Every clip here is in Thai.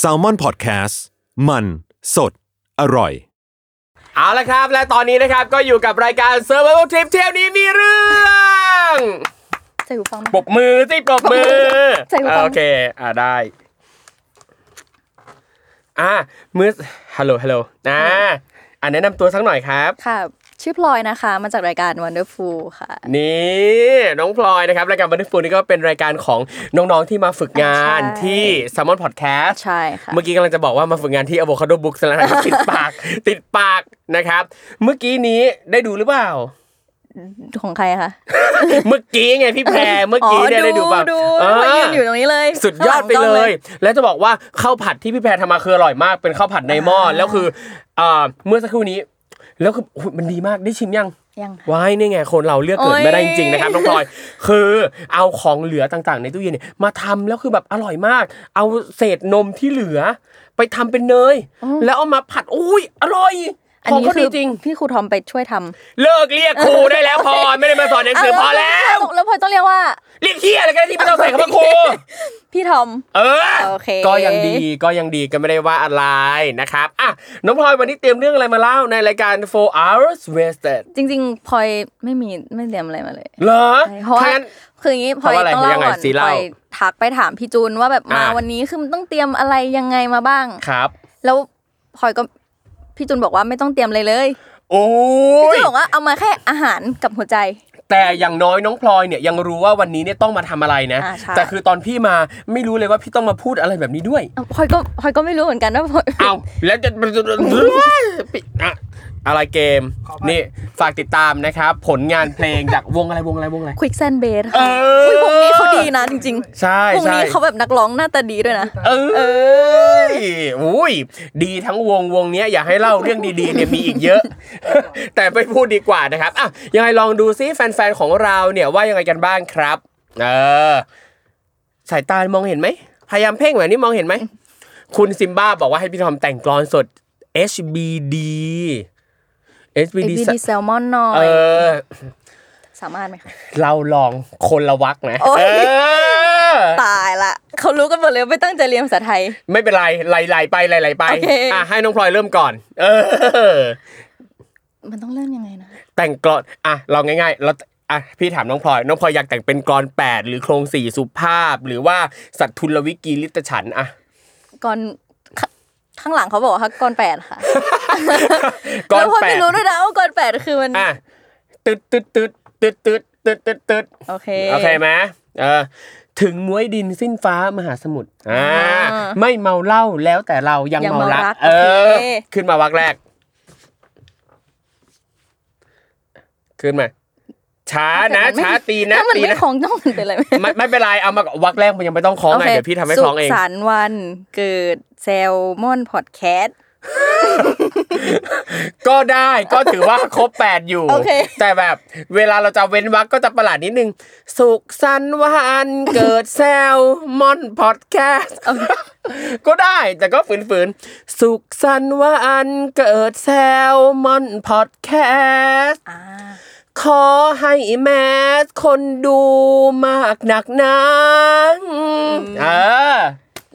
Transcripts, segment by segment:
s a l ม o n PODCAST มันสดอร่อย เอาละครับ และตอนนี้นะครับก็อยู่กับรายการ Survival Trip เที่ยวนี้มีเรื่อง ใส่หูฟังไหม ปรบมือสิปรบมือ ใส่หูฟัง โอเค อ่าได้อ่ามือฮัลโหลฮัลโหลอ่าอ่าแนะนำตัวสักหน่อยครับ ค่ะ ชื่อพลอยนะคะ มาจากรายการ Wonderful ค่ะ นี่น้องพลอยนะครับรายการบันทึกฟูนี่ก็เป็นรายการของน้องๆที่มาฝึกงาน ใช่ ที่ s ซ m มอนพอดแคส ใช่ค่ะ เมื่อกี้กำลังจะบอกว่ามาฝึกงานที่ Avocado Books แล้วนะครับ ติดปากติดปากนะครับ เมื่อกี้นี้ได้ดูหรือเปล่า ของใครคะ เมื่อกี้ไงพี่แพรเมื่อกี้เนี่ยได้ดูเปล่า ดู เออ มายืนอยู่ตรงนี้เลย สุดยอดไป ข้างห เล งกง ย แล้วจะบอกว่าข้าวผัดที่พี่แพรทำมาคืออร่อยมาก เป็นข้าวผัดในหม้อ อ่า แล้วคือเอ่อเมื่อสักครู่นี้ แล้วคืออุ๊ยมันดีมากได้ชิมยัง ยังค่ะ ว้ายนี่ไงคนเราเลือกเกิด โอ๊ย ไม่ได้จริงๆนะครับน้องพลอย คือเอาของเหลือต่างๆ ในตู้เย็นเนี่ยมาทำแล้วคือแบบอร่อยมาก เอาเศษนมที่เหลือ ไปทำเป็นเนย แล้วเอามาผัดอุ้ยอร่อย อัน ของ นี้ เขา คื ดี อ จริง พี่ครูทอมไปช่วยท เลิกเรียกครูได้แล้วพอไม่ได้มาสอนหนัง ำ สือพอา แล้ว แล้วพลอยต้องเรียกว่า เรียกเฮียอะไรก็ได้ที่ไม่ต้องใส่คำว่าครู พี่ทอม เออ โอเค ก็ยังดีก็ยังดีก็ไม่ได้ว่าอะไรนะครับอ่ะน้องพลอยวันนี้เตรียมเรื่องอะไรมาเล่าในรายการ four hours wasted จริงๆพลอยไม่มีไม่เตรียมอะไรมาเลย เหรอ เพราะ ถ้า ว่า งั้น คืออย่างนี้พลอย เพราะอะไร ต้องเล่า ยังไง ก่อน สิ พล เล่า อยทักไปถามพี่จูนว่าแบบมา อ่ะ วันนี้คือมันต้องเตรียมอะไรยังไงมาบ้าง ครับ แล้วพลอยก็พี่จูนบอกว่าไม่ต้องเตรียมอะไรเลย โอ้ พี่จู ย นบอกว่าเอามาแค่อาหารกับหัวใจ แต่อย่างน้อยน้องพลอยเนี่ยยังรู้ว่าวันนี้เนี่ยต้องมาทำอะไรนะ อ่าใช่ แต่คือตอนพี่มาไม่รู้เลยว่าพี่ต้องมาพูดอะไรแบบนี้ด้วย เอาพลอยก็พลอยก็ไม่รู้เหมือนกันว่าพลอย เอาแล้วจะปิดอะอะไรเกม นี่ฝากติดตามนะครับ ผลงานเพลงจากวงอะไรวงอะไรวงอะไร ควิกแซนเบส เอ ค่ะ อ อุ้ยวงนี้เขาดีนะจริง ใช่ ๆวง ใช่ นี้เขาแบบนักร้องหน้าตาดีด้วยนะ เอออุ้ยดีทั้งวงวงเนี้ยอยากให้เล่าเรื่องดีๆเนี่ยมีอีกเย อะ แต่ไม่พูดดีกว่านะครับอ่ะยังไงลองดูซิแฟนๆของเราเนี่ยว่ายังไงกันบ้างครับ เออ สายตามองเห็นไหม พยายามเพ่งแบบนี้มองเห็นไหม คุณซิมบ้าบอกว่าให้พี่ทอมแต่งกลอนสด HBD HBD ABD แซลมอนหน่อ เอย อ สามารถไหมคะ เราลองคนละวักนะ โอ๊ย เออ ตายละเขารู้กันหมดเลยไม่ตั้งใจเรียนภาษาไทย ไม่เป็นไรไหลๆไปไหลๆไป โอเค อ่ะให้น้องพลอยเริ่มก่อน เออ มันต้องเริ่มยังไงนะ แต่งกรอนอ่ะเราง่ายๆเราอ่ะพี่ถามน้องพลอย น้องพลอยอยากแต่งเป็นกรอนแปดหรือโครงสี่สุภาพ หรือว่าสัตว์ทุลวิกีลิตฉันท์อ่ะ ก่อนขข้างหลังเขาบอกว่าก่อนแปดค่ะ กรอน แล้วพลอย แปดไม่รู้ด้วยนะว่าก่อนแปดคือมัน อ่ะตึดตึดตึดตึดตึดตึดตึดตึด โอเค โอเคไหมเออถึงม้วยดินสิ้นฟ้ามหาสมุทรอ่า อ่า ไม่เมาเหล้าแล้วแต่เรายัง ยัง เมารัก เมารัก เออ โอเค ขึ้นมาวักแรก ขึ้นมา ช้านะช้าตีนะ ถ้ามัน ตี ไม่ นะ ของต้องมันเป็นอะไรไหม ไม่ไม่เป็นไรเอามาวักแรกมันยังไม่ต้องคล้องไงเดี๋ยวพี่ทำให้คล้องเอง สุขสันต์วันเกิดแซลมอนพอดแคสต์ ก็ได้ก็ถือว่าครบแปดอยู่ โอเค แต่แบบเวลาเราจะเว้นวักก็จะประหลาดนิดนึง สุขสันต์วันเกิดแซลมอนพอดแคสต์ก็ได้แต่ก็ฝืนๆ สุขสันต์วันเกิดแซลมอนพอดแคสต์ อ่า ขอให้แมสคนดูมากหนักหนะเออ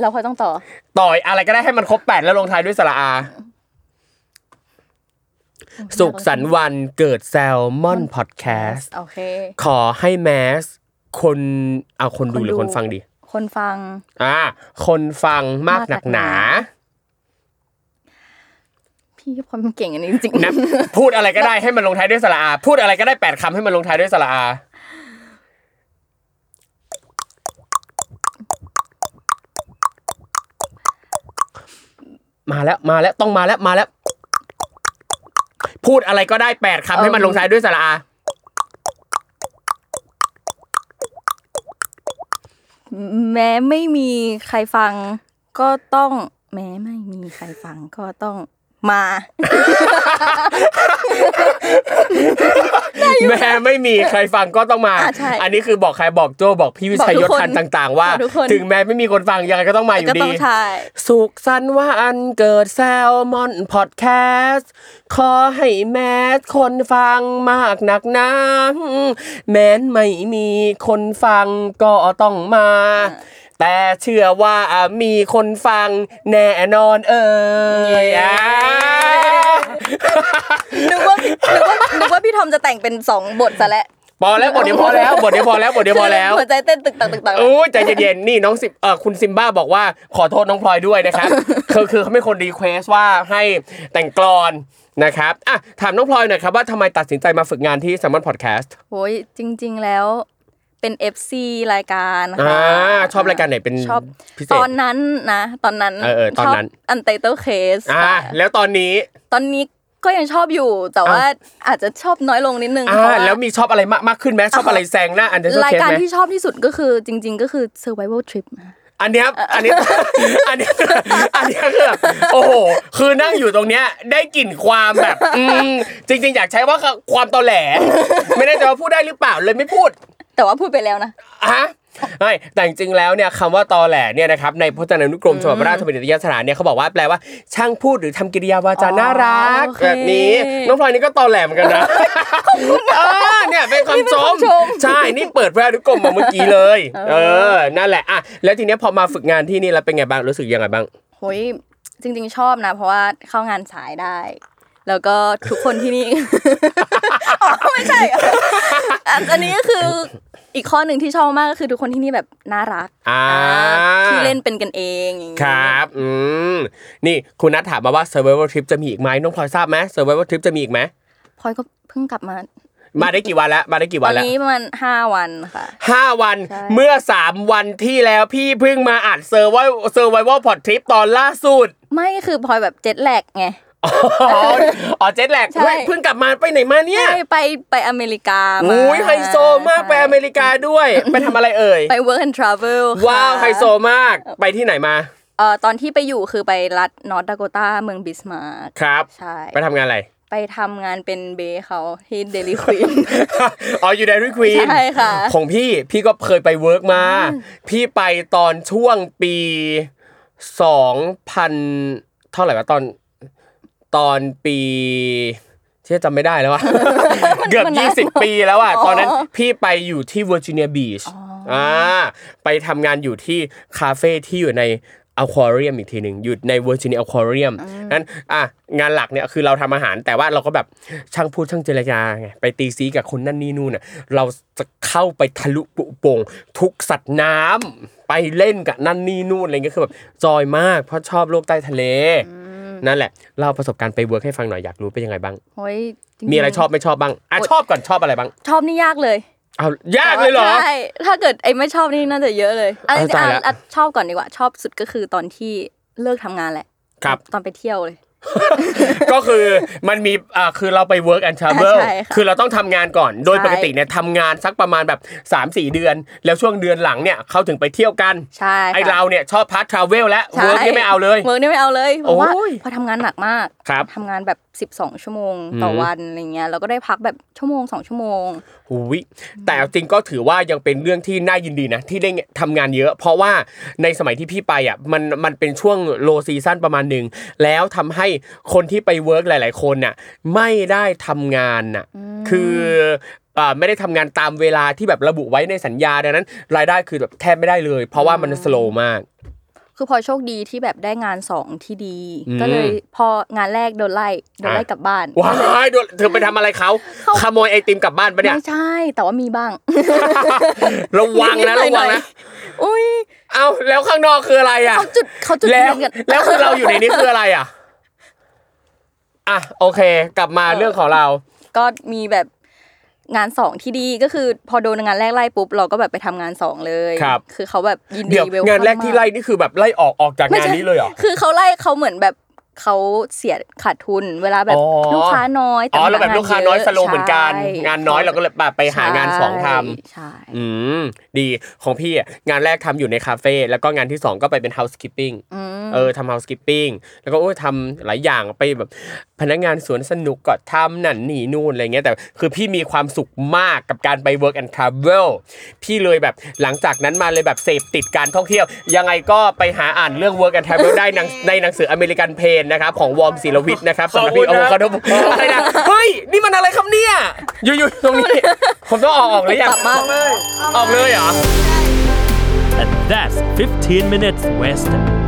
เราพลอยต้องต่อ ต่อยอะไรก็ได้ให้มันครบแปดแล้วลงท้ายด้วยสระอา สุขสันต์วันเกิดแซลมอนพอดแคสต์ โอเค ขอให้แมส คนเอาคนดู คนดู หรือคนฟังดี คนฟัง อ่า คนฟังมากหนักหนา พี่ความเก่งอันนี้จริง นะ พูดอะไรก็ได้ให้มันลงท้ายด้วยสระอา พูดอะไรก็ได้แปดคำให้มันลงท้ายด้วยสระอา มาแล้วมาแล้วต้องมาแล้วมาแล้ว พูดอะไรก็ได้แปดคำให้มันลงท้ายด้วยสระอา แม้ไม่มีใครฟัง ก็ต้อง แม้ไม่มีใครฟังก็ต้องมา แม่ไม่มีใครฟังก็ต้องมา อ่ะใช่ อันนี้คือบอกใครบอกโจบอกพี่วิชัยยศ บอกทุกคน ทันต่าง ๆ ว่า บอกทุกคน ถึงแม้ไม่มีคนฟังยังไงก็ต้องมาอยู่ ก็ ดี ต้องใช่ สุขสันต์ว่าอันเกิดแซลมอนพอดแคสต์ขอให้แมสคนฟังมากหนักหนาแม้นไม่มีคนฟังก็ต้องมา แต แต่เชื่อว่าอ่ะมีคนฟังแน่นอนเอ่ยอ่ะ นึกว่านึกว่านึกว่าพี่ทอมจะแต่งเป็นสองบทซะแล้ว พอแล้วบทเดียวพอแล้วบทเดียวพอแล้วบทเดียวพอแล้ว หัวใจเต้นตึกตักตึกตัก โอ้ยใจเย็นๆนี่น้องสิบเออคุณซิมบ้าบอกว่าขอโทษน้องพลอยด้วย นะครับ คือคือเขาไม่คนรีเควสว่าให้แต่งกลอนนะครับอ่ะถามน้องพลอยหน่อยครับว่าทำไมตัดสินใจมาฝึกงานที่ s ซมมอนพอดแคสต์ โอ้ยจริง ๆแล้วเป็น FC รายการ อ่า ค่ะ ชอบรายการไหนเป็น ชอบ พิเศษ ตอนนั้นนะ ตอนนั้น เออเออตอนนั้น อันเตอร์เคส อ่าแล้วตอนนี้ ตอนนี้ก็ยังชอบอยู่ แต่ อ่ะ ว่าอาจจะชอบน้อยลงนิดนึง อ่า เพ ราะว่า แล้วมีชอบอะไรมากมากขึ้นไหมชอบอะไรแซงหน้าอันเดอร์ ราย เคส การ ไหม ที่ชอบที่สุดก็คือจริง ๆ ก็คือ Survival Trip นะ อันเนี้ยอันเนี้ย อันเนี้ยอันเนี้ยคือโอ้โหคือนั่งอยู่ตรงเนี้ยได้กลิ่นความแบบอืมจริง ๆ อยากใช้ว่าความตอแหล ไม่แน่ใจว่าพูดได้หรือเปล่าเลยไม่พูด แต่ว่าพูดไปแล้วนะ ฮะไม่แต่จริงๆแล้วเนี่ยคำว่าตอแหลเนี่ยนะครับในพจนานุกรมฉบับราชบัณฑิตยสถานเนี่ยเขาบอกว่าแปลว่าช่างพูดหรือทำกิริยาวาจา อ๋อ น่ารัก โอเค แบบนี้น้องพลอยนี่ก็ตอแหลเหมือนกันนะเออเนี่ยเป็นคำชม นี่เป็นคำชม ใช่นี่เปิดแวนุกรมมาเมื่อกี้เลย เออนั่นแหละอ่ะแล้วทีเนี้ยพอมาฝึกงานที่นี่แล้วเป็นไงบ้างรู้สึกยังไงบ้าง โอ้ยจริง ๆ ชอบนะ เพราะว่าเข้างานสายได้ แล้วก็ทุกคนที่นี่ อ๋อไม่ใช่เหรออ่ะอันนี้ก็คืออีกข้อหนึ่งที่ชอบมากก็คือทุกคนที่นี่แบบน่ารัก อ่า ที่เล่นเป็นกันเองอย่างงี้ ครับอืมนี่คุณนัทถามมาว่า survival trip จะมีอีกไหมน้องพลอยทราบไหม survival trip จะมีอีกไหม พลอยก็เพิ่งกลับมา มาได้กี่วันแล้วมาได้กี่ ต วั อน น แล้ว นี้ประมาณห้าวันค่ะ ห้าวัน ใช่ เมื่อสามวันที่แล้วพี่เพิ่งมาอัดเซอร์ไวเซอร์ไววอลพอดทริปตอนล่าสุด ไม่คือพลอยแบบเจ็ตแลก ไง อ๋ออ๋อเจ็ตแลก ใช่ เฮ้ยเพิ่งกลับมาไปไหนมาเนี่ย ใช่ไปไปอเมริกามา อุ้ยไฮโซมากไปอเมริกาด้วย ไปทำอะไรเอ่ย ไป work and travel ค่ะ ว้าวไฮโซมากไปที่ไหนมา เอ่อตอนที่ไปอยู่คือไปรัฐนอร์ทดาโกตาเมืองบิสมาร์ก ครับ ใช่ ไปทำงานอะไร ไปทำงานเป็นเบย์เขาที่เดลิควีน อ๋ออยู่ Dairy Queen ใช่ค่ะ ของพี่พี่ก็เคยไปเวิร์กมา พี่ไปตอนช่วงปีสองพันเท่าไหร่วะตอนตอนปีเชื่อจำไม่ได้แล้ว วะ เกือบ มันนาน ยี่สิบปีแล้วอะ อ๋อ ตอนนั้นพี่ไปอยู่ที่เวอร์จิเนียบีชอ่าไปทำงานอยู่ที่คาเฟ่ที่อยู่ในอควาเรียมอีกทีหนึ่งอยู่ในเวอร์จิเนียอควาเรียมนั้นอ่ะงานหลักเนี่ยคือเราทำอาหารแต่ว่าเราก็แบบช่างพูดช่างเจรจาไงไปตีซีกับคนนั่นนี่นู่นน่ะเราจะเข้าไปทะลุปุโปงทุกสัตว์น้ำไปเล่นกับนั่นนี่นู่นอะไรเงี้ยคือแบบจอยมากเพราะชอบโลกใต้ทะเล นั่นแหละเล่าประสบการณ์ไปเวิร์กให้ฟังหน่อยอยากรู้เป็นยังไงบ้าง โอ้ยจงๆ มีอะไรชอบไม่ชอบบ้างอ่ะชอบก่อนชอบอะไรบ้าง ชอบนี่ยากเลย เอายากเลยเหรอ ใช่ถ้าเกิดไอ้ไม่ชอบนี่น่าจะเยอะเลยอ่ะ เอาใจละ อ่ะอ่ะชอบก่อนดีกว่าชอบสุดก็คือตอนที่เลิกทำงานแหละ ครับ ตอนไปเที่ยวเลย ก็คือมันมีอ่าคือเราไป work and travel อ่าใช่ค่ะ คือเราต้องทำงานก่อน โดย ใช่ ปกติเนี่ยทำงานสักประมาณแบบ 3-4 เดือน แล้วช่วงเดือนหลังเนี่ยเขาถึงไปเที่ยวกัน ใช่ค่ะ ไอเราเนี่ยชอบพาร์ท travel และ ใช่ work เนี่ยไม่เอาเลย เวิร์กนี่ไม่เอาเลยเพราะว่า โอ้ย พอทำงานหนักมาก ครับ ทำงานแบบ 12 ชั่วโมงต่อมอวันอะไรเงี้ยเราก็ได้พักแบบชั่วโมง 2 ชั่วโมง หูยแต่จริงก็ถือว่ายังเป็นเรื่องที่น่ายินดีนะ ที่ได้ทำงานเยอะ เพราะว่าในสมัยที่พี่ไปอ่ะมันมันเป็นช่วงโลซีซั่นประมาณหนึ่งแล้วทำให้คนที่ไปเวิร์กหลาย ๆ คนน่ะไม่ได้ทำงานน่ะคืออ่าไม่ได้ทำงานตามเวลาที่แบบระบุไว้ในสัญญาดังนั้น รายได้คือแบบแทบไม่ได้เลย เพราะว่ามันสโลว์มาก คือพอโชคดีที่แบบได้งาน 2 ที่ดี อืม ก็เลยพองานแรกโดนไล่โดนไล่ อ่ะ กลับบ้าน ว้ายโดนเธอไปทำอะไรเขาขโมยไอติมกลับบ้านปะเนี่ย ไม่ใช่ แต่ว่ามีบ้าง ระวังนะ นิ ระ ดๆหน่ วั อง ยๆ นะ อุ้ย เอาแล้วข้างนอกคืออะไรอ่ะ เขาจุดเขาจุด แล้ว เทียนกัน แล้วคือเราอยู่ในนี้คืออะไรอ่ะ อ่ะโอเค กลับมาเรื่องของเรา ก็มีแบบงานสองที่ดีก็คือพอโดนงานแรกไล่ปุ๊บเราก็แบบไปทำงานสองเลย ครับ อเขาแบบยินดี เดี๋ยว เวลคัม งานแรกที่ ม ไล่นี่คือแบบไล่ออกออกจาก ไม่ งาน ใช่ นี้เลยเหรอ คือเขาไล่เขาเหมือนแบบเขาเสียขาดทุน เวลาแบบ อ๋อ ลูกค้าน้อย อ๋อเรา พ แบ ก บ งน ลูกค้าน้อย ะ สโลว์เหมือนกัน ใช่ งานน้อยเราก็เลยแบบไปหางานสองท ใช่ ำอืมดีของพี่อ่ะงานแรกทำอยู่ในคาเฟ่แล้วก็งานที่สองก็ไปเป็น housekeeping เออทำ housekeeping แล้วก็โอ้ยทำหลายอย่างไปแบบพนักงานสวนสนุกก็ทำนั่นนี่นู่นอะไรเงี้ยแต่คือพี่มีความสุขมากกับการไป work and travel พี่เลยแบบหลังจากนั้นมาเลยแบบเสพติดการท่องเที่ยว ยังไงก็ไปหาอ่านเรื่อง work and travel ได้ในในหนังสืออเมริกันเพนนะครับ ของวอร์มศิลวิทย์นะครับสำหรับพี่ ข โอ้ อบคุณ โห นะ คาร์อะไรนะเฮ้ย นี่มันอะไรครับเนี่ย อยู่ๆตรงนี้ ผมต้องออกออกหรือยัง กลับมา ออกเลยเหรอ And that's 15 minutes wasted.